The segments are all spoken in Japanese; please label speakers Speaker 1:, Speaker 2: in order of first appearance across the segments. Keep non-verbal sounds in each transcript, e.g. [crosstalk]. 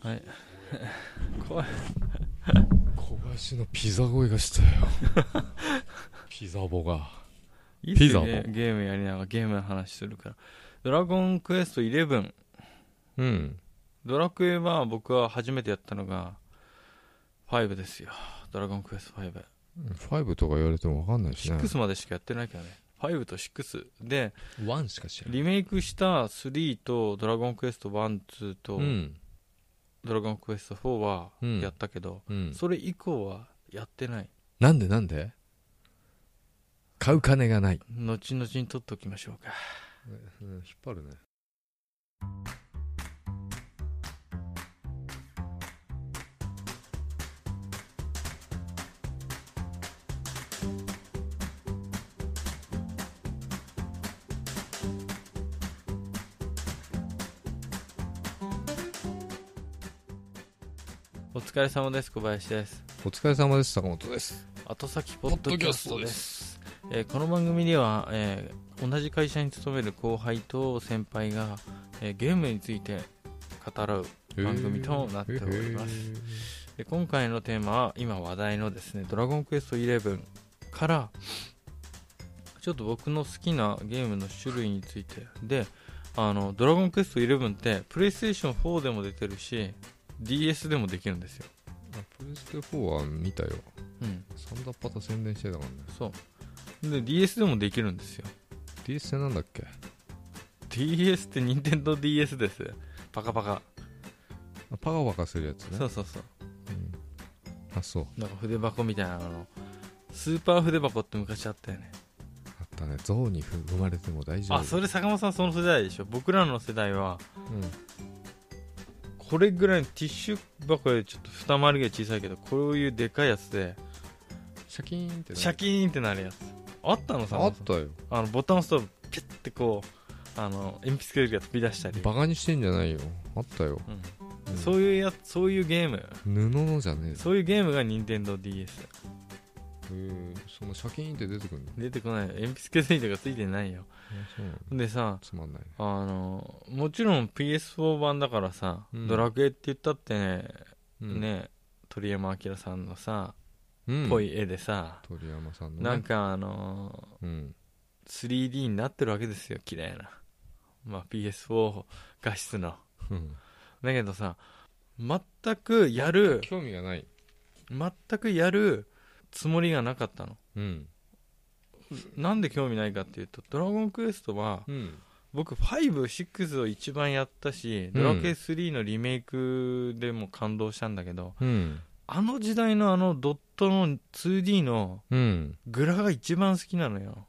Speaker 1: はい。怖い。
Speaker 2: 小林のピザ声がしたよ
Speaker 1: [laughs]
Speaker 2: ピザボが
Speaker 1: いいっすよ
Speaker 2: ピザ
Speaker 1: ゲ
Speaker 2: の
Speaker 1: ゲームやりながらゲームの話するから。ドラゴンクエスト11。
Speaker 2: うん
Speaker 1: ドラクエは僕は初めてやったのが5ですよ。ドラゴンクエスト5。
Speaker 2: 5とか言われても分かんないしね
Speaker 1: 6までしかやってないけどね。5と6。で、
Speaker 2: 1しか知らない
Speaker 1: リメイクした3とドラゴンクエスト1、2と
Speaker 2: うん
Speaker 1: ドラゴンクエスト4は
Speaker 2: うん
Speaker 1: やったけど、
Speaker 2: うん
Speaker 1: それ以降はやってない。
Speaker 2: なんでなんで買う金がない、
Speaker 1: 後々に取っておきましょうか。
Speaker 2: 引っ張るね
Speaker 1: お疲れ様です。小林です。
Speaker 2: お疲れ様です坂本です
Speaker 1: 後先ポッドキャストですえーこの番組では、えー同じ会社に勤める後輩と先輩が、えーゲームについて語らう番組となっております
Speaker 2: へー
Speaker 1: で今回のテーマは今話題のですね「ドラゴンクエスト11」からちょっと僕の好きなゲームの種類についてであの「ドラゴンクエスト11」ってプレイステーション4でも出てるし DS でもできるんですよ、
Speaker 2: あプレステ4は見たよ
Speaker 1: うん、
Speaker 2: サンダッパタ宣伝してたからね
Speaker 1: そうで DS でもできるんですよ
Speaker 2: DS ってなんだっけ
Speaker 1: DS って任天堂 d s ですパカパカ、
Speaker 2: あパカパカするやつね
Speaker 1: そうそうそう
Speaker 2: うんあそう
Speaker 1: なんか筆箱みたいなあのスーパー筆箱って昔あったよね
Speaker 2: あったね象に踏まれても大丈夫
Speaker 1: あそれ坂本さんその世代でしょ僕らの世代は
Speaker 2: うん
Speaker 1: これぐらいのティッシュ箱よりちょっと二回りぐらい小さいけどこういうでかいやつで
Speaker 2: シャキーンってね
Speaker 1: シャキーンってなるやつあったの坂
Speaker 2: あ
Speaker 1: 本
Speaker 2: ったよ
Speaker 1: さんあのボタン押すとピュッてこうあの鉛筆削りが飛び出したり、
Speaker 2: バカにしてんじゃないよあったよ、
Speaker 1: うん
Speaker 2: うん
Speaker 1: そういうやつそういうゲーム
Speaker 2: 布のじゃねえぞ
Speaker 1: そういうゲームが任天堂 d s
Speaker 2: へーそのシャキーンって出てくるの
Speaker 1: 出てこない鉛筆削りとかついてないよ
Speaker 2: あそうなの
Speaker 1: でさ
Speaker 2: つまんないね
Speaker 1: あのもちろん PS4 版だからさ、
Speaker 2: うん
Speaker 1: ドラクエって言ったってね,、
Speaker 2: うん
Speaker 1: ね鳥山明さんのさ
Speaker 2: うん
Speaker 1: ぽい絵でさ、
Speaker 2: 鳥山さんのね
Speaker 1: なんかあの
Speaker 2: うん、
Speaker 1: ー 3D になってるわけですよ綺麗な、まあ、PS4 画質の
Speaker 2: うん、
Speaker 1: だけどさ全くやる
Speaker 2: 興味がない
Speaker 1: 全くやるつもりがなかったの
Speaker 2: うん
Speaker 1: なんで興味ないかっていうと「ドラゴンクエスト」は
Speaker 2: うん
Speaker 1: 僕56を一番やったし「ドラクエ3」のリメイクでも感動したんだけど、
Speaker 2: うん
Speaker 1: あの時代のあのドットの 2D の
Speaker 2: うん
Speaker 1: グラが一番好きなのよ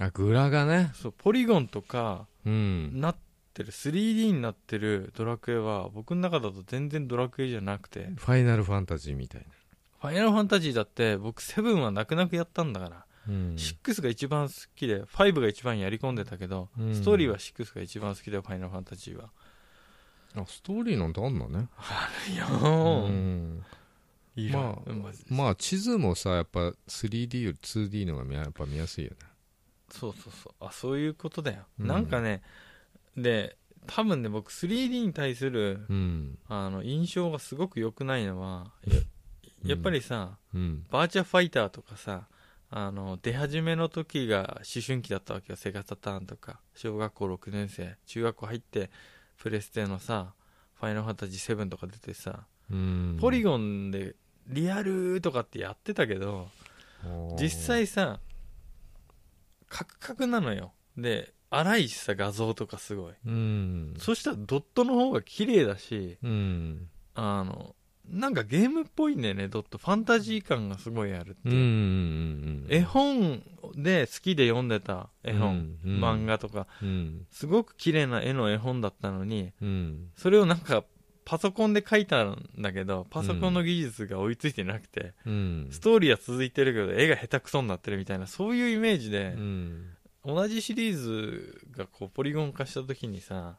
Speaker 2: あグラがね
Speaker 1: そうポリゴンとか
Speaker 2: うん
Speaker 1: なってる 3D になってるドラクエは僕の中だと全然ドラクエじゃなくて
Speaker 2: ファイナルファンタジーみたい
Speaker 1: ファイナルファンタジーだって僕7は泣く泣くやったんだから、
Speaker 2: な、うん
Speaker 1: 6が一番好きで5が一番やり込んでたけど、
Speaker 2: うん
Speaker 1: ストーリーは6が一番好きだよファイナルファンタジーは
Speaker 2: あストーリーなんてあんのね
Speaker 1: いや
Speaker 2: う
Speaker 1: ー、
Speaker 2: ん
Speaker 1: いる
Speaker 2: まあ
Speaker 1: マジで
Speaker 2: まあ地図もさやっぱ 3D より 2D のが見ややっぱ見やすいよね
Speaker 1: そうそうそうあそういうことだよ、
Speaker 2: うん
Speaker 1: なんかねで多分ね僕 3D に対する
Speaker 2: うん
Speaker 1: あの印象がすごく良くないのは
Speaker 2: うん
Speaker 1: ややっぱりさ、
Speaker 2: うん
Speaker 1: バーチャファイターとかさあの出始めの時が思春期だったわけよセガサターンとか小学校6年生中学校入ってプレステのさファイナルファンタジー7とか出てさ、
Speaker 2: うん
Speaker 1: ポリゴンでリアルとかってやってたけど実際さカクカクなのよで荒いしさ画像とかすごい、
Speaker 2: うん
Speaker 1: そしたらドットの方が綺麗だし
Speaker 2: うん
Speaker 1: あのなんかゲームっぽいんだよねドットファンタジー感がすごいあるって
Speaker 2: う
Speaker 1: いう
Speaker 2: んう
Speaker 1: ん
Speaker 2: うん
Speaker 1: 絵本で好きで読んでた絵本、
Speaker 2: うんうん
Speaker 1: 漫画とか
Speaker 2: うん
Speaker 1: すごく綺麗な絵の絵本だったのに
Speaker 2: うん
Speaker 1: それをなんかパソコンで描いたんだけどパソコンの技術が追いついてなくて、
Speaker 2: うん
Speaker 1: ストーリーは続いてるけど絵が下手くそになってるみたいなそういうイメージで、
Speaker 2: うん
Speaker 1: 同じシリーズがこうポリゴン化した時にさ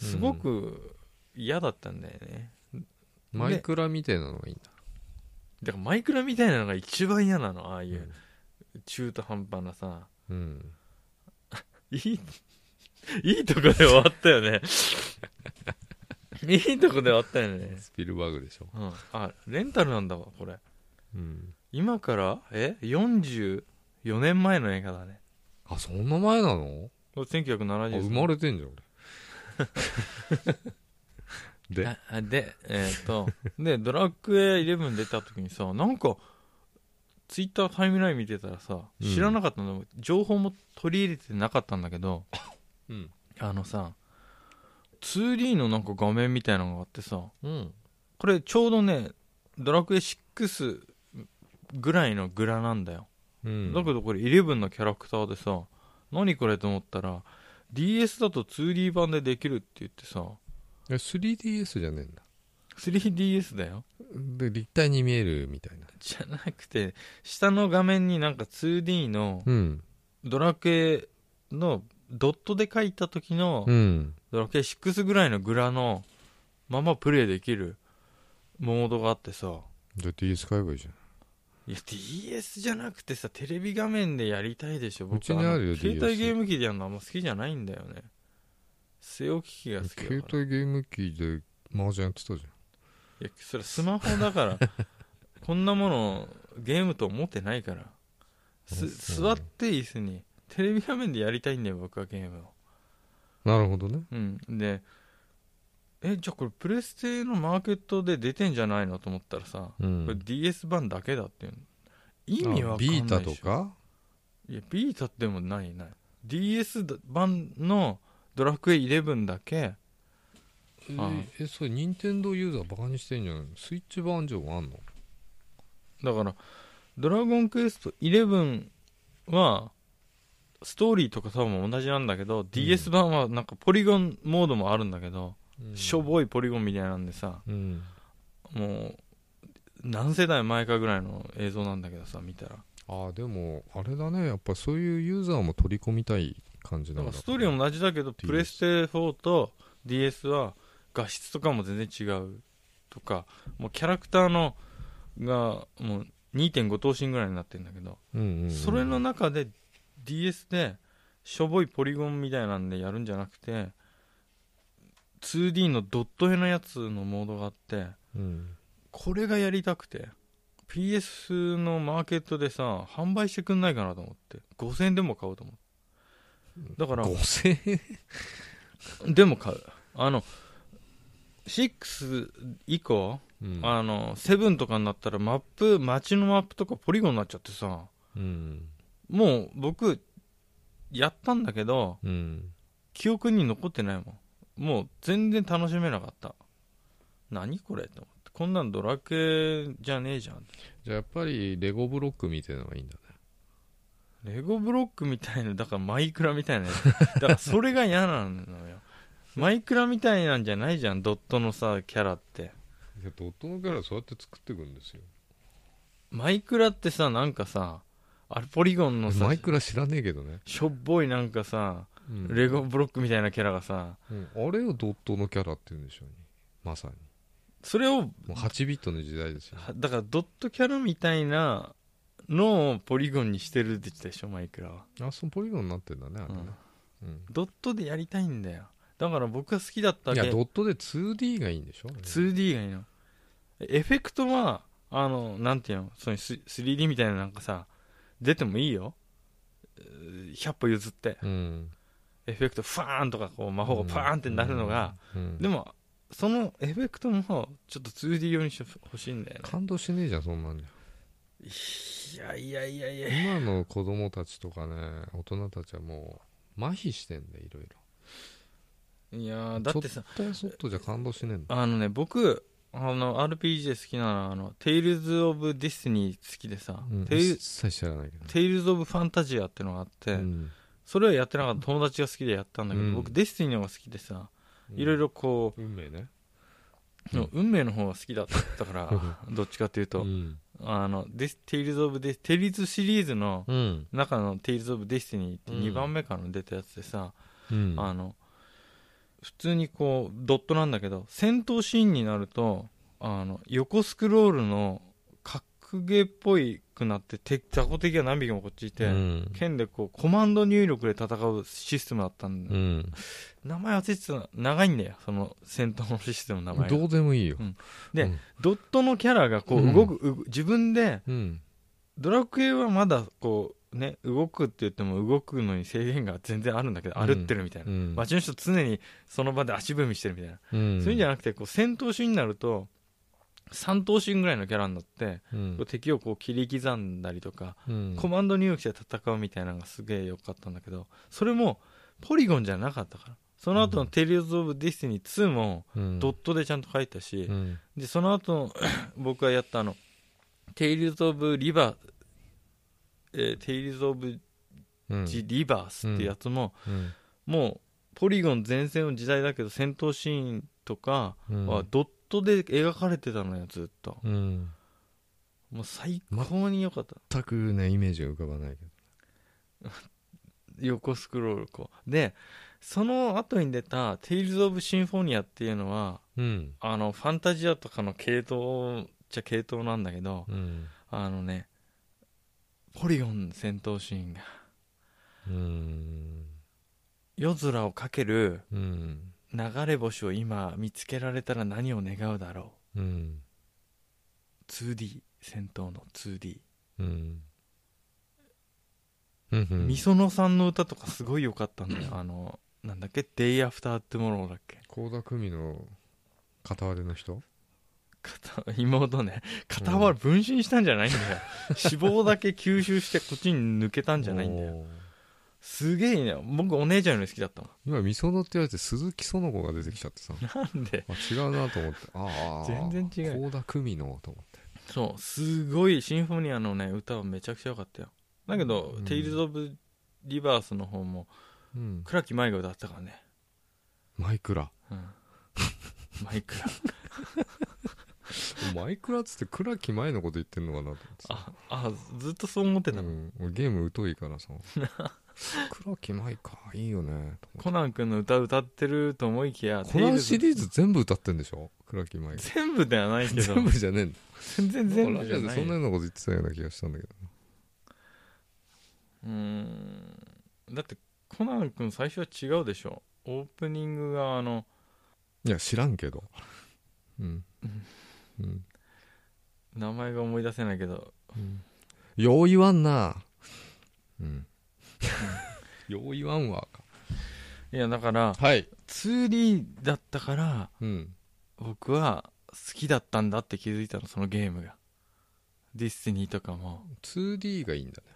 Speaker 1: すごく嫌だったんだよね、
Speaker 2: マイクラみたいなのがいいんだ
Speaker 1: だからマイクラみたいなのが一番嫌なのああいう中途半端なさ
Speaker 2: うん
Speaker 1: [laughs] いいいいとこで終わったよね [laughs] いいとこではあったよね、
Speaker 2: スピルバーグでしょ。
Speaker 1: うん、あレンタルなんだわこれ
Speaker 2: うん。
Speaker 1: 今からえ44年前の映画だね
Speaker 2: あ、そんな前なのあ
Speaker 1: 1970
Speaker 2: 生まれてんじゃん、俺。で、
Speaker 1: ああでえーっと [laughs] でドラクエ11出た時にさなんかツイッタータイムライン見てたらさ
Speaker 2: うん
Speaker 1: 知らなかったの、情報も取り入れてなかったんだけど
Speaker 2: うん。
Speaker 1: あのさ 2D のなんか画面みたいなのがあってさ
Speaker 2: うん。
Speaker 1: これちょうどねドラクエ6ぐらいのグラなんだよ、
Speaker 2: うん。
Speaker 1: だけどこれ11のキャラクターでさ何これと思ったら DS だと 2D 版でできるって言ってさ
Speaker 2: え 3DS じゃねえんだ。
Speaker 1: 3DS だよ
Speaker 2: で、立体に見えるみたいな。
Speaker 1: じゃなくて下の画面になんか 2D の
Speaker 2: うん。
Speaker 1: ドラクエのドットで描いた時の
Speaker 2: うん。
Speaker 1: ドラクエ6ぐらいのグラのままプレイできるモードがあってさ
Speaker 2: じゃあ DS 買えばいいじゃん。
Speaker 1: いや DS じゃなくてさテレビ画面でやりたいでしょ
Speaker 2: うち
Speaker 1: 僕
Speaker 2: にあるよ
Speaker 1: の携
Speaker 2: DS
Speaker 1: 帯ゲーム機でやるのあんま好きじゃないんだよね据え置き機が好きだから
Speaker 2: 携帯ゲーム機で麻雀やってたじ
Speaker 1: いやそれスマホだから
Speaker 2: [laughs]
Speaker 1: こんなものゲームと思ってないからす
Speaker 2: そ
Speaker 1: 座
Speaker 2: う
Speaker 1: って椅子にテレビ画面でやりたいんだよ僕はゲームを
Speaker 2: ゃん。なるほどね。
Speaker 1: うんでえじゃあこれプレステのマーケットで出てんじゃないのと思ったらさ、
Speaker 2: うん
Speaker 1: これ DS 版だけだっていうの意味わかんないでし
Speaker 2: ビ
Speaker 1: ょ
Speaker 2: ータとか
Speaker 1: いやビータでもないない DS 版のドラクエ11だけ
Speaker 2: え
Speaker 1: ああ
Speaker 2: えそれ任天堂ユーザーバカにしてんじゃないのスイッチバージョンあんの
Speaker 1: だから「ドラゴンクエスト11」はストーリーとか多分同じなんだけど、DS 版はなんかポリゴンモードもあるんだけど、しょぼいポリゴンみたいなんでさ
Speaker 2: うん
Speaker 1: もう何世代前かぐらいの映像なんだけどさ見たら
Speaker 2: ああでもあれだねやっぱそういうユーザーも取り込みたい感じ
Speaker 1: だ
Speaker 2: なん
Speaker 1: か
Speaker 2: だ
Speaker 1: らストーリーも同じだけど
Speaker 2: DS
Speaker 1: プレステ4と DS は画質とかも全然違うとかもうキャラクターのがもう2.5等身ぐらいになってるんだけど
Speaker 2: うんうんうん
Speaker 1: それの中で DS でしょぼいポリゴンみたいなんでやるんじゃなくて 2D のドット絵のやつのモードがあって
Speaker 2: うん
Speaker 1: これがやりたくて PS のマーケットでさ販売してくんないかなと思って5000円でも買おうと思ってだから
Speaker 2: 5000円
Speaker 1: でも買うあの6以降、
Speaker 2: うん
Speaker 1: あの7とかになったらマップ街のマップとかポリゴンになっちゃってさ
Speaker 2: うん
Speaker 1: もう僕やったんだけど
Speaker 2: うん
Speaker 1: 記憶に残ってないもんもう全然楽しめなかった何これと思ってこんなんドラクエじゃねえじゃん
Speaker 2: じゃあやっぱりレゴブロックみたいなのがいいんだね
Speaker 1: レゴブロックみたいなだからマイクラみたいなやつだからそれが嫌なのよマイクラみたいなんじゃないじゃんドットのさキャラって
Speaker 2: いやドットのキャラそうやって作っていくんですよ
Speaker 1: マイクラってさなんかさあれポリゴンのさ
Speaker 2: マイクラ知らねえけどね、
Speaker 1: しょっぽいなんかさ
Speaker 2: うん
Speaker 1: レゴブロックみたいなキャラがさ
Speaker 2: うんあれをドットのキャラって言うんでしょうねまさに
Speaker 1: それを
Speaker 2: もう8ビットの時代ですよ
Speaker 1: はだからドットキャラみたいなのをポリゴンにしてるって言ってたでしょマイクラは、
Speaker 2: あそのポリゴンになってんだねあれね、うん
Speaker 1: ドットでやりたいんだよだから僕が好きだった
Speaker 2: い
Speaker 1: け
Speaker 2: やドットで 2D がいいんでしょ
Speaker 1: 2D がいいのエフェクトはあのなんていうのそのス 3D みたいななんかさ出てもいいよえー100歩譲って
Speaker 2: うん
Speaker 1: エフェクトファーンとかこう魔法がパーンってなるのが、、
Speaker 2: うんうん
Speaker 1: でもそのエフェクトもちょっと 2D 用にしてほしいんだよね
Speaker 2: 感動しねえじゃんそんなんじ
Speaker 1: いやいやいやい
Speaker 2: ゃ
Speaker 1: や
Speaker 2: 今の子供たちとかね大人たちはもう麻痺してんだよいろい
Speaker 1: いやー
Speaker 2: ろ
Speaker 1: だってさ
Speaker 2: ちょっとやそっとじゃ感動しねえんだ
Speaker 1: あのね僕あの RPG で好きなのはあの「テイルズ・オブ・ディスティニー」好きでさ、
Speaker 2: うん
Speaker 1: テイル
Speaker 2: 一切知らないけど
Speaker 1: テイルズ・オブ・ファンタジア」ってのがあって、
Speaker 2: うん
Speaker 1: それはやってなかった友達が好きでやったんだけど、
Speaker 2: うん
Speaker 1: 僕デスティニーの方が好きでさいろいろこ
Speaker 2: 運命ね
Speaker 1: う、
Speaker 2: うん
Speaker 1: 運命の方が好きだったから [laughs] どっちかっていうと、
Speaker 2: うん
Speaker 1: あのデステイルズ・オブ・デステイルズシリーズの
Speaker 2: うん
Speaker 1: 中の「テイルズ・オブ・デスティニー」って
Speaker 2: うん
Speaker 1: 2番目からの出たやつでさ、
Speaker 2: うん
Speaker 1: あの普通にこうドットなんだけど戦闘シーンになるとあの横スクロールの拡格ゲーっぽいくなってて雑魚敵が何匹もこっちいて、
Speaker 2: うん
Speaker 1: 剣でこうコマンド入力で戦うシステムだったんで、
Speaker 2: うん、
Speaker 1: 名前忘れてたな長いんだよその戦闘のシステムの名前が
Speaker 2: どうでもいいよ、
Speaker 1: で、
Speaker 2: うん
Speaker 1: ドットのキャラがこう動く、う自分で
Speaker 2: うん、
Speaker 1: ドラクエはまだこうね動くって言っても動くのに制限が全然あるんだけど
Speaker 2: うん
Speaker 1: 歩ってるみたいな、
Speaker 2: うん
Speaker 1: 街の人常にその場で足踏みしてるみたいな、
Speaker 2: うん
Speaker 1: そういうんじゃなくてこう戦闘シーンになると三頭身ぐらいのキャラになって、
Speaker 2: うん
Speaker 1: こう敵をこう切り刻んだりとか、
Speaker 2: うん
Speaker 1: コマンド入力して戦うみたいなのがすげえ良かったんだけどそれもポリゴンじゃなかったからその後の「テイルズ・オブ・ディスティニー2」も
Speaker 2: うん
Speaker 1: ドットでちゃんと書いたし、
Speaker 2: うん
Speaker 1: でその後の [coughs] 僕がやったあの「テイルズ・オブ・リバー」えーテイルズ・オブ・
Speaker 2: うん
Speaker 1: ジ・リバースってやつも、
Speaker 2: うん
Speaker 1: もうポリゴン全盛の時代だけど戦闘シーンとか
Speaker 2: うん
Speaker 1: はドットで描かれてたのよずっと
Speaker 2: うん
Speaker 1: もう最高に良かった、
Speaker 2: 全くねイメージが浮かばないけ
Speaker 1: 横スクロールこうでその後に出た「テイルズ・オブ・シンフォニア」っていうのは
Speaker 2: どうん
Speaker 1: あのファンタジアとかの系統っちゃ系統なんだけど
Speaker 2: うん
Speaker 1: あのねポリゴン戦闘シーンが
Speaker 2: うん
Speaker 1: 夜空をかける
Speaker 2: うん
Speaker 1: 流れ星を今見つけられたら何を願うだろ
Speaker 2: うん
Speaker 1: う 2D 戦闘の 2D、
Speaker 2: うんうん
Speaker 1: みそのさんの歌とかすごい良かったんだよあのなんだっけ「Day After Tomorrow」だっけ
Speaker 2: 倖田來未の片割れの人
Speaker 1: 片 [laughs] 妹ね片は分身したんじゃ
Speaker 2: [laughs]
Speaker 1: ないんだよ、脂肪だけ吸収してこっちに抜けたんじゃないんだよ
Speaker 2: おー
Speaker 1: すげえね僕お姉ちゃんより好きだったも
Speaker 2: 今みそのって言われて鈴木園子が出てきちゃ
Speaker 1: [laughs]
Speaker 2: ってさ
Speaker 1: んなんで
Speaker 2: あ違う [laughs] なと思ってああ
Speaker 1: 全然違う
Speaker 2: 倖田來未のと思って
Speaker 1: そうすごいシンフォニアのね歌はめちゃくちゃ良かったよだけど、
Speaker 2: うん
Speaker 1: テイルズ・オブ・リバースの方も
Speaker 2: うん
Speaker 1: 倉木舞が歌ってたからね、
Speaker 2: マイクラ
Speaker 1: うん、 [laughs] マイクラ
Speaker 2: マイクラっつって倉木前のこと言ってんのかなと思ってさ
Speaker 1: ああずっとそう思ってた、
Speaker 2: うん、俺ゲーム疎いか
Speaker 1: [laughs]
Speaker 2: らさ倉木舞かいいよねと思
Speaker 1: コナン君の歌歌ってると思いきや
Speaker 2: ってコナン
Speaker 1: テ
Speaker 2: シ
Speaker 1: イルズ
Speaker 2: リーズ全部歌ってんでしょ倉木舞が
Speaker 1: 全部ではないけど
Speaker 2: 全部じゃねえんだ
Speaker 1: 全然全
Speaker 2: な
Speaker 1: 部
Speaker 2: ん
Speaker 1: じ
Speaker 2: か
Speaker 1: ゃ
Speaker 2: ラジオ
Speaker 1: な
Speaker 2: で
Speaker 1: い
Speaker 2: そんなようなこと言ってたような気がしたんだけど
Speaker 1: うーんだってコナン君最初は違うでしょオープニングがあの
Speaker 2: いや知らんけどうんうん
Speaker 1: 名前が思い出せないけど
Speaker 2: よう言わんなうんよう言わんわ
Speaker 1: いやだから
Speaker 2: はい
Speaker 1: 2D だったから
Speaker 2: うん
Speaker 1: 僕は好きだったんだって気づいたのそのゲームがディスティニーとかも
Speaker 2: 2D がいいんだね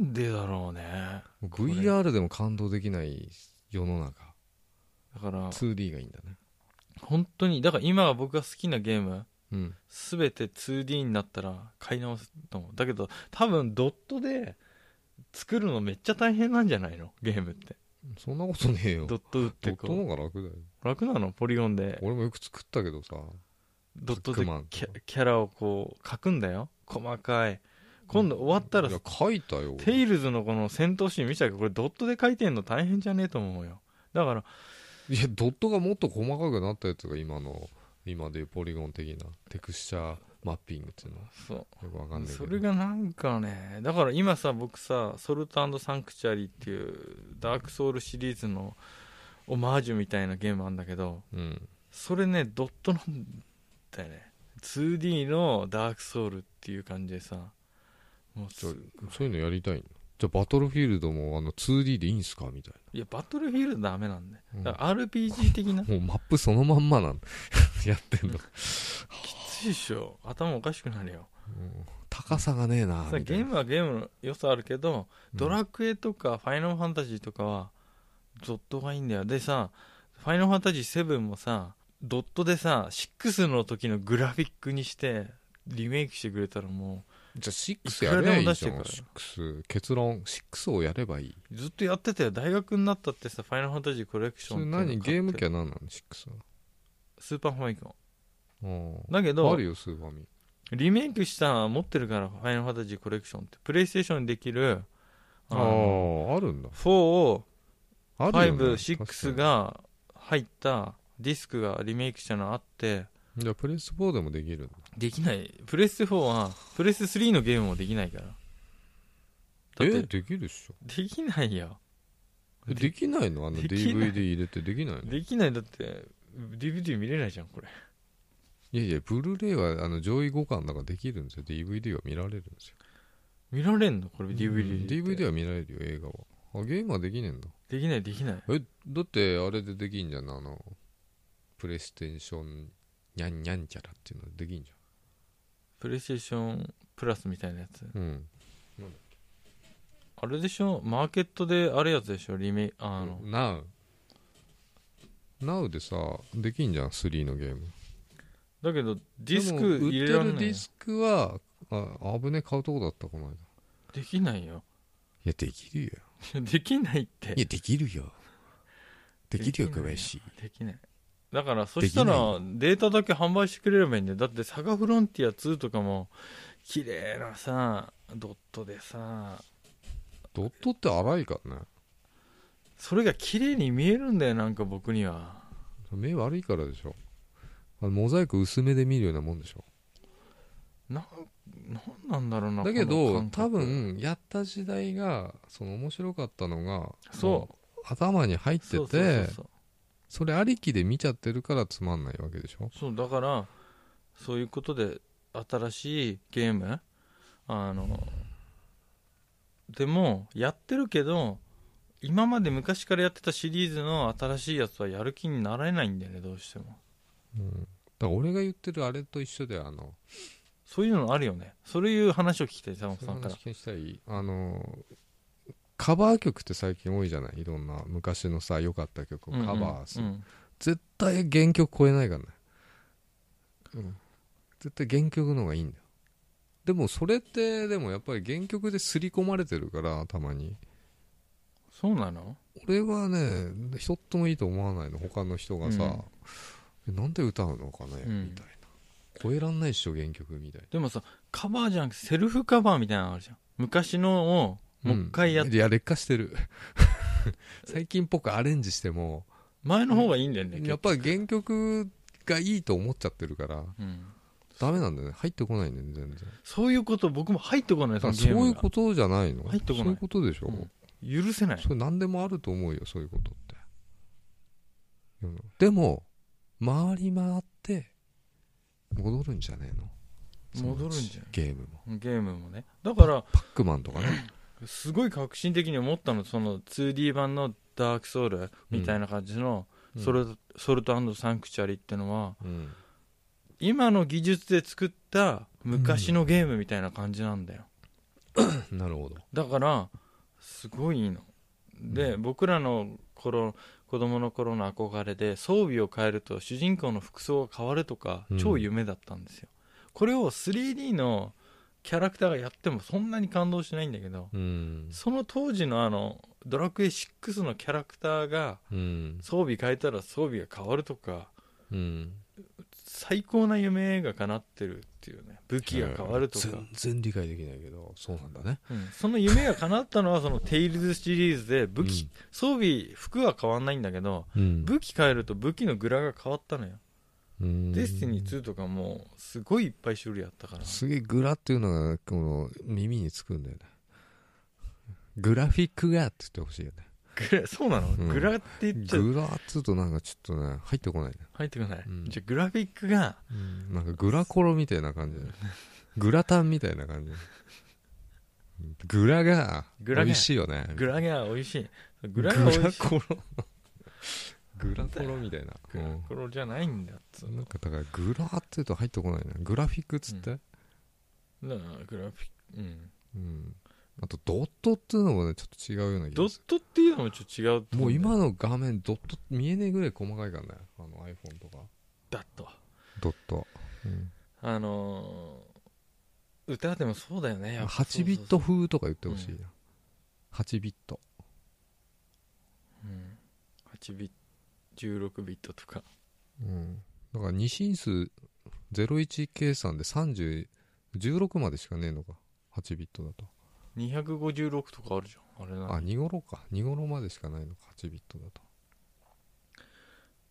Speaker 1: なんでだろうねこれ
Speaker 2: VR でも感動できない世の中
Speaker 1: だから
Speaker 2: 2D がいいんだね
Speaker 1: 本当にだから今僕が好きなゲーム
Speaker 2: うん
Speaker 1: 全て 2D になったら買い直すと思うだけど多分ドットで作るのめっちゃ大変なんじゃないのゲームって
Speaker 2: そんなことねえよ
Speaker 1: ドット打って
Speaker 2: ドットの
Speaker 1: こ
Speaker 2: 方が楽だよ
Speaker 1: う楽なのポリゴンで
Speaker 2: 俺もよく作ったけどさ
Speaker 1: ドット
Speaker 2: ブ
Speaker 1: で
Speaker 2: ックマン
Speaker 1: キャキャラをこう書くんだよ細かい今度終わったら
Speaker 2: いや書いたよ
Speaker 1: テイルズのこの戦闘シーン見たけどこれドットで書いてんの大変じゃねえと思うよだから
Speaker 2: いやドットがもっと細かくなったやつが今の今でいうポリゴン的なテクスチャーマッピングっていうのは
Speaker 1: そう
Speaker 2: よくわかんないけど
Speaker 1: それがなんかねだから今さ僕さ「ソルトサンクチュアリ」っていうダークソウルシリーズのオマージュみたいなゲームあんだけど
Speaker 2: うん
Speaker 1: それねドットなんだよね 2D のダークソウルっていう感じでさもうす
Speaker 2: ちょそういうのやりたいのじゃあバトルフィールドもあの 2D でいいんすかみたい
Speaker 1: いやバトルフィールドダメなんだよ
Speaker 2: うん
Speaker 1: だから RPG 的な
Speaker 2: なもうマップそのまんまなん [laughs] やってんの、
Speaker 1: きついっしょ頭おかしくなるよ
Speaker 2: うん高さがねえな
Speaker 1: さ
Speaker 2: みた
Speaker 1: ゲ
Speaker 2: い
Speaker 1: ー
Speaker 2: な
Speaker 1: ムはゲームの良さあるけど、
Speaker 2: うん
Speaker 1: ドラクエとかファイナルファンタジーとかはドットがいいんだよでさファイナルファンタジー7もさドットでさ6の時のグラフィックにしてリメイクしてくれたらも
Speaker 2: じゃあ6やればい
Speaker 1: いくらでも
Speaker 2: い
Speaker 1: 出し
Speaker 2: じゃ
Speaker 1: て
Speaker 2: ん
Speaker 1: くる
Speaker 2: 6結論6をやればいいう
Speaker 1: ずっとやってたよ大学になったってさファイナルファンタジーコレクショ
Speaker 2: そ
Speaker 1: ンっ
Speaker 2: れ
Speaker 1: ていうの買
Speaker 2: 何
Speaker 1: って
Speaker 2: ゲーム機は何なの6は
Speaker 1: スーパーファミコン
Speaker 2: うん
Speaker 1: だけ
Speaker 2: あ
Speaker 1: ど
Speaker 2: るよスーファミ
Speaker 1: リメイクした持ってるからファイナルファンタジーコレクションってプレイステーションにできるあの
Speaker 2: ああるんだ
Speaker 1: 4を
Speaker 2: あるよね
Speaker 1: 5、6が入ったディスクがリメイクしたのあって
Speaker 2: じゃあプレス4でもできるんだ
Speaker 1: できないプレス4はプレス3のゲームもできないからだって
Speaker 2: えできるっしょ
Speaker 1: できないよ
Speaker 2: えできないのあの
Speaker 1: できない
Speaker 2: DVD 入れてできないの
Speaker 1: できないだって DVD 見れないじゃんこれ
Speaker 2: いやいやブルーレイはあの上位互換だからできるんですよ DVD は見られるんですよ
Speaker 1: 見られんのこれ DVD で、
Speaker 2: DVD は見られるよ映画はあゲームはできねえんだ
Speaker 1: できないできない
Speaker 2: えだってあれでできんじゃんあのプレイステーションにゃんにゃんちゃらっていうのできんじ
Speaker 1: プレイステーションプラスみたいなやつ
Speaker 2: ゃんうん
Speaker 1: あれでしょマーケットであるやつでしょリメイあの、
Speaker 2: な NOW でさできんじゃん3のゲーム
Speaker 1: だけどディス
Speaker 2: で
Speaker 1: ク
Speaker 2: も売
Speaker 1: 入
Speaker 2: って
Speaker 1: れられ
Speaker 2: る
Speaker 1: な
Speaker 2: デ
Speaker 1: い
Speaker 2: ィスクはあ危ねえ買うとこだったこの間い
Speaker 1: できないよ [laughs]
Speaker 2: やできるよ
Speaker 1: できないって
Speaker 2: できるよ
Speaker 1: できるよ小林できないだからそした
Speaker 2: でき
Speaker 1: らデータだけ販売してくれればいいんだよだってサガフロンティア2とかも綺麗なさドットでさ
Speaker 2: ドットって荒いからね
Speaker 1: それが綺麗に見えるんだよなんか僕には
Speaker 2: 目悪いからでしょあのモザイク薄めで見るようなもんでしょ
Speaker 1: なんなんなんだろうな
Speaker 2: だけ
Speaker 1: こ
Speaker 2: ど
Speaker 1: の感
Speaker 2: 多
Speaker 1: 覚
Speaker 2: 分やった時代がその面白かったのが
Speaker 1: そ
Speaker 2: もう頭に入ってて
Speaker 1: そ
Speaker 2: そう
Speaker 1: そうそうそう
Speaker 2: れありきで見ちゃってるからつまんないわけでしょ
Speaker 1: そうだからそういうことで新しいゲームあのでもやってるけど今まで昔からやってたシリーズの新しいやつはやる気になれないんだよねどうしても
Speaker 2: うん、だから俺が言ってるあれと一緒であの
Speaker 1: そういうのあるよねそういう話を聞きたい山本
Speaker 2: その
Speaker 1: さんから
Speaker 2: 話聞きたいあのカバー曲って最近多いじゃないいろんな昔のさ良かった曲を
Speaker 1: うんうん
Speaker 2: カバーする、
Speaker 1: うん
Speaker 2: 絶対原曲超えないからね、うん、絶対原曲の方がいいんだよでもそれってでもやっぱり原曲で刷り込まれてるから頭に
Speaker 1: そうなの
Speaker 2: 俺はね一つもいいと思わないの他の人がさ、えなんで歌うのかね、
Speaker 1: うん
Speaker 2: みたいな超えらんないっしょ原曲みたい
Speaker 1: でもさカバーじゃなくてセルフカバーみたいなのあるじゃん昔のを
Speaker 2: な
Speaker 1: もう一回やっ、
Speaker 2: んいや劣化してる [laughs] 最近っぽくアレンジしても
Speaker 1: 前の方がいいんだよね、
Speaker 2: やっぱり原曲がいいと思っちゃってるから
Speaker 1: うん、
Speaker 2: ダメなんだよね入ってこないんだよね全然
Speaker 1: そういうこと僕も入ってこない
Speaker 2: だ
Speaker 1: そ
Speaker 2: か
Speaker 1: のゲー
Speaker 2: らそ
Speaker 1: ムが
Speaker 2: ういうことじゃないの
Speaker 1: 入ってこない
Speaker 2: そういうことでしょ、
Speaker 1: 許せない
Speaker 2: それ何でもあると思うよそういうことってうんでも回り回って戻るんじゃねえのそのうち
Speaker 1: 戻るんじゃん
Speaker 2: ゲームも
Speaker 1: ゲームもねだから
Speaker 2: パックマンとかね
Speaker 1: すごい革新的に思ったのその 2D 版のダークソウルみたいな感じのソル,、ソルトサンクチュアリってのは
Speaker 2: うん
Speaker 1: 今の技術で作った昔のゲームみたいな感じなんだよ、
Speaker 2: うんなるほど
Speaker 1: だからすごいいいので、
Speaker 2: う
Speaker 1: 僕らの頃子供の頃の憧れで装備を変えると主人公の服装が変わるとか
Speaker 2: うん
Speaker 1: 超夢だったんですよ、これを 3D のキャラクターがやってもそんなに感動しないんだけど
Speaker 2: うん
Speaker 1: その当時のあのドラクエ6のキャラクターが
Speaker 2: うん
Speaker 1: 装備変えたら装備が変わるとか
Speaker 2: うん
Speaker 1: 最高な夢が叶ってるっていうね武器が変わるとか、
Speaker 2: 全然理解できないけどそうなんだね
Speaker 1: うんその夢が叶ったのはその「テイルズ」シリーズで武器、
Speaker 2: うん
Speaker 1: 装備服は変わんないんだけど
Speaker 2: うん
Speaker 1: 武器変えると武器のグラが変わったのよ、
Speaker 2: うん
Speaker 1: デスティニー2とかもすごいいっぱい種類あったから
Speaker 2: すげえグラっていうのがこの耳につくんだよねグラフィックがって言ってほしいよね
Speaker 1: グラそうなの、
Speaker 2: うん
Speaker 1: グラって言っちゃう
Speaker 2: グラっつうとなんかちょっとね入ってこないね、
Speaker 1: 入ってこない、
Speaker 2: うん
Speaker 1: じゃあグラフィックが
Speaker 2: なんかグラコロみたいな感じだねグラタンみたいな感じグラが
Speaker 1: グ
Speaker 2: 美
Speaker 1: ラが
Speaker 2: 味しいよね
Speaker 1: グラが美味しいグ
Speaker 2: グ
Speaker 1: ラ
Speaker 2: ラ
Speaker 1: が美味しい
Speaker 2: コロ
Speaker 1: [laughs]
Speaker 2: グラコロみたいな、
Speaker 1: グラコロじゃないんだっつう
Speaker 2: うんな
Speaker 1: の
Speaker 2: んかだからグラっていうと入ってこないねグラフィックっつって、
Speaker 1: だからグラフィックうん
Speaker 2: うんあとドットっていうのもねちょっと違うような気
Speaker 1: ド
Speaker 2: がする
Speaker 1: ットっていうのもちょっと違うと思
Speaker 2: も
Speaker 1: ん
Speaker 2: う
Speaker 1: だよ
Speaker 2: 今の画面ドット見えねえぐらい細かいからねあの iPhone とか
Speaker 1: だと
Speaker 2: ドット、
Speaker 1: あのー歌でもそうだよねやっぱ
Speaker 2: 8ビット風とか言ってほしいな、
Speaker 1: う
Speaker 2: 8ビット
Speaker 1: うん、8ビット16ビットとか
Speaker 2: うんだから二進数01計算で3016までしかねえのか8ビットだと
Speaker 1: 256とかあるじゃんあれな
Speaker 2: あ2頃か2頃までしかないのか8ビットだと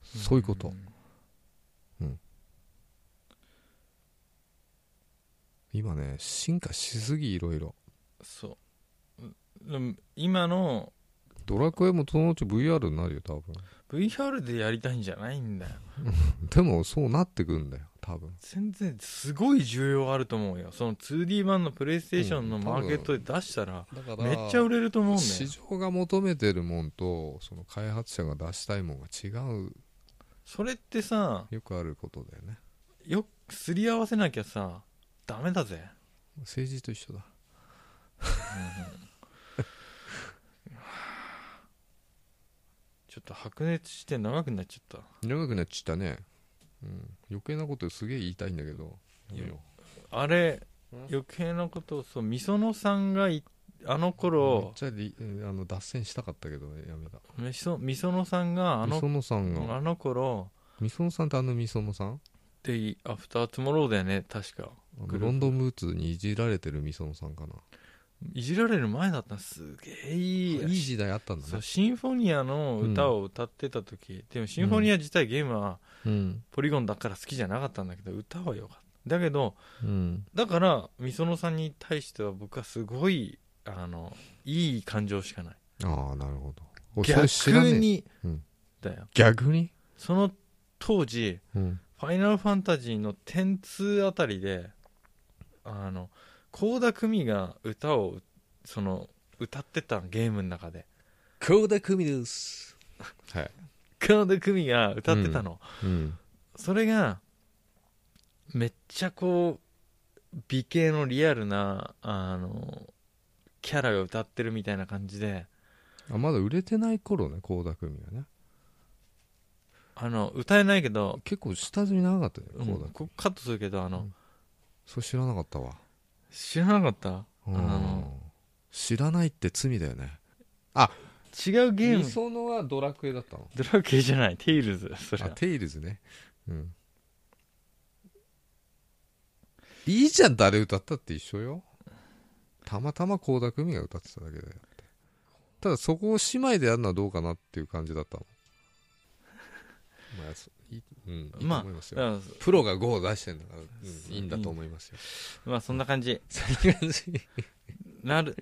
Speaker 2: そういうこと
Speaker 1: ん
Speaker 2: うん今ね進化しすぎいろいろ
Speaker 1: そうでも今の
Speaker 2: ドラクエもそのうち VR になるよ多分
Speaker 1: VR でやりたいんじゃないんだよ
Speaker 2: でもそうなってくんだよ多分
Speaker 1: 全然すごい需要あると思うよその 2D 版のプレイステーションのマーケットで出したら
Speaker 2: だか
Speaker 1: めっちゃ売れると思うんだ
Speaker 2: 市
Speaker 1: よ
Speaker 2: 場が求めてるもんとその開発者が出したいもんが違う
Speaker 1: それってさ
Speaker 2: よくあることだよね
Speaker 1: よくすり合わせなきゃさダメだぜ
Speaker 2: 政治と一緒だ
Speaker 1: ちょっと白熱して長くなっちゃっ
Speaker 2: 長くなっちゃったね、うん、余計なことすげえ言いたいんだけどやめよ
Speaker 1: たあれ
Speaker 2: うん
Speaker 1: 余計なことをそうみそのさんがいあの
Speaker 2: うめっ
Speaker 1: 頃
Speaker 2: ちゃりあの脱線したかったけどやめた
Speaker 1: みそみそのさんがあ
Speaker 2: み
Speaker 1: の
Speaker 2: そのさんが
Speaker 1: あの頃
Speaker 2: みそのさんってあのみそのさん
Speaker 1: でアフターツモローだよね確か
Speaker 2: あ
Speaker 1: グループ
Speaker 2: のロンドンブーツにいじられてるみそのさんかない
Speaker 1: じられる前だったのすげえいい
Speaker 2: いい時代あったんだ
Speaker 1: そう
Speaker 2: ね
Speaker 1: シンフォニアの歌を歌ってた時、でもシンフォニア自体ゲームは
Speaker 2: うん
Speaker 1: ポリゴンだから好きじゃなかったんだけど歌は良かっただけど
Speaker 2: うん
Speaker 1: だからみそのさんに対しては僕はすごいあのいい感情しかない
Speaker 2: ああなるほどおそ
Speaker 1: 逆
Speaker 2: れ知らねえ
Speaker 1: に、
Speaker 2: うん
Speaker 1: だよ
Speaker 2: 逆に
Speaker 1: その当時
Speaker 2: うん
Speaker 1: 「ファイナルファンタジー」の点2あたりであの倖田來未が歌をその歌ってたゲームの中で
Speaker 2: 倖田來未ですはい
Speaker 1: 倖田來未が歌ってたの、
Speaker 2: うん
Speaker 1: それがめっちゃこう美形のリアルなあのキャラが歌ってるみたいな感じで
Speaker 2: あまだ売れてない頃ね倖田來未がね
Speaker 1: あの歌えないけど、
Speaker 2: 結構下積み長かったよ
Speaker 1: う
Speaker 2: 倖
Speaker 1: ん
Speaker 2: 田來未、
Speaker 1: ここカットするけどあの、
Speaker 2: うんそれ知らなかったわ
Speaker 1: 知らなかった
Speaker 2: うん
Speaker 1: あの
Speaker 2: 知らないって罪だよね
Speaker 1: 違うゲーム
Speaker 2: ソノはドラクエだったの
Speaker 1: ドラクエじゃないテイルズそれ
Speaker 2: あテイルズねうんいいじゃん誰歌ったって一緒よたまたま倖田來未が歌ってただけであってただそこを姉妹でやるのはどうかなっていう感じだったのまあそいいうん、いいと
Speaker 1: まあ
Speaker 2: 思いますよ、
Speaker 1: うん
Speaker 2: プロが5を出してるんだから、うん、いいんだと思いますよ。
Speaker 1: まあそんな感じ
Speaker 2: そんな感じ
Speaker 1: なる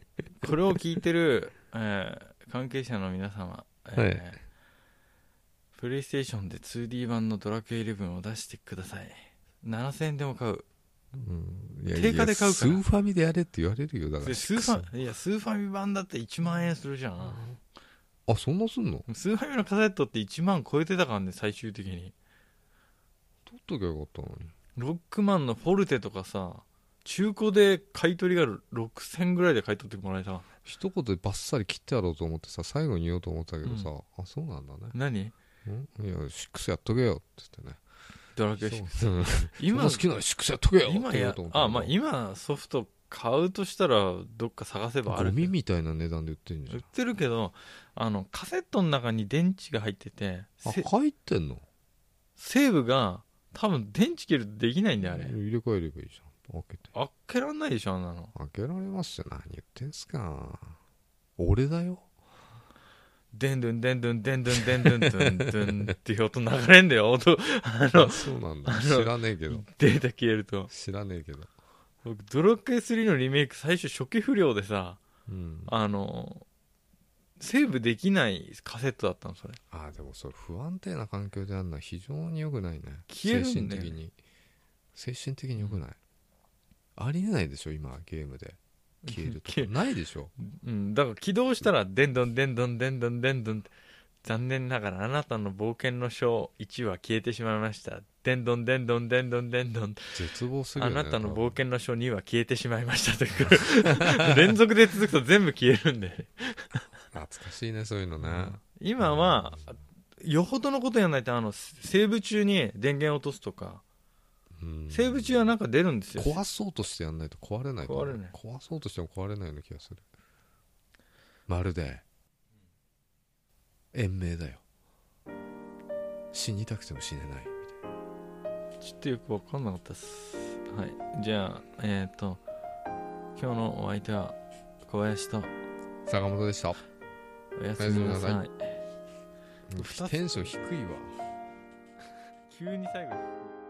Speaker 1: これを聞いてる、 [laughs] えー関係者の皆様、えー
Speaker 2: はい
Speaker 1: プレイステーションで 2D 版の「ドラクエ11」を出してください7000円でも買う
Speaker 2: うんいや
Speaker 1: 定価で買うから
Speaker 2: スーファミでやれって言われるよ、だか
Speaker 1: で
Speaker 2: ら。
Speaker 1: スーファいやスーファミ版だって1万円するじゃん、
Speaker 2: あ、そんなすんの
Speaker 1: スーファミのカセットって1万超えてたからね最終的に
Speaker 2: 取っときゃよかったのに。
Speaker 1: ロックマンのフォルテとかさ中古で買い取りが6000ぐらいで買い取ってもらえた
Speaker 2: 一言でバッサリ切ってやろうと思ってさ、最後に言おうと思ってたけどさ、あ、そうなんだね。
Speaker 1: 何
Speaker 2: うんいや、6やっとけよって言っ
Speaker 1: ドラク
Speaker 2: て
Speaker 1: エ
Speaker 2: ね。
Speaker 1: 6
Speaker 2: そううんそんな
Speaker 1: 今
Speaker 2: 好きなら6やっとけよっ
Speaker 1: 今
Speaker 2: て言お
Speaker 1: や
Speaker 2: うと思って
Speaker 1: あ、まあ、今ソフト買うとしたらどっか探せばあ
Speaker 2: ゴ
Speaker 1: る
Speaker 2: ミみたいな値段で売ってんじゃ
Speaker 1: 売っ
Speaker 2: ん。
Speaker 1: てるけどあのカセットの中に電池が入ってて
Speaker 2: あ、
Speaker 1: せ
Speaker 2: 入ってんの
Speaker 1: セーブが多分電池切るとできないんだよあれ
Speaker 2: 入れ替えればいいじゃん。開けて。
Speaker 1: あっけらんないでしょあんなの
Speaker 2: 開けられますよ。何言ってんすか。俺だよ。
Speaker 1: でんどんでんどんでんどんでんどんでんどんっていう音流れんだよ音あの
Speaker 2: そうなんだ
Speaker 1: あの
Speaker 2: 知らねえけど
Speaker 1: データ消えると
Speaker 2: 知らねえけど
Speaker 1: 僕ドラクエ3のリメイク最初初期不良でさ
Speaker 2: うん
Speaker 1: あのセーブできないカセットだったのそれ
Speaker 2: ああでもそれ不安定な環境であるのは非常に良くないね
Speaker 1: 消えるんだよ
Speaker 2: 精
Speaker 1: ね
Speaker 2: 神的に精神的に良くない、ありえないでしょ今ゲームで消えると
Speaker 1: 消え
Speaker 2: かないでしょ
Speaker 1: うん、だから起動したら、でんどんでんどんでんどんでんどんって、残念ながらあなたの冒険の章1は消えてしまいました。でんどんでんどんでんどんでんどん、
Speaker 2: 絶望する
Speaker 1: あ
Speaker 2: よ、ね、
Speaker 1: なたの
Speaker 2: 多分
Speaker 1: 冒険の章2は消えてしまいましたという連続で続くと全部消えるんで、
Speaker 2: 懐かしいねそういうのね、
Speaker 1: 今は、よほどのことやらないと、あの、セーブ中に電源落とすとか、
Speaker 2: うん
Speaker 1: セーブ中はなんか出るんですよ。
Speaker 2: 壊そうとしてやんないと壊れないと思う
Speaker 1: 壊れない
Speaker 2: 壊そうとしても壊れないような気がするまるで延命だよ死にたくても死ねない
Speaker 1: ちょっとよくわかんなかったです。はい。じゃあ、えっ、と、今日のお相手は、小林と、
Speaker 2: 坂本でした
Speaker 1: おやすみな
Speaker 2: おやすみな
Speaker 1: さ
Speaker 2: さ
Speaker 1: い。
Speaker 2: テンション低いわ
Speaker 1: [laughs] 急に最後。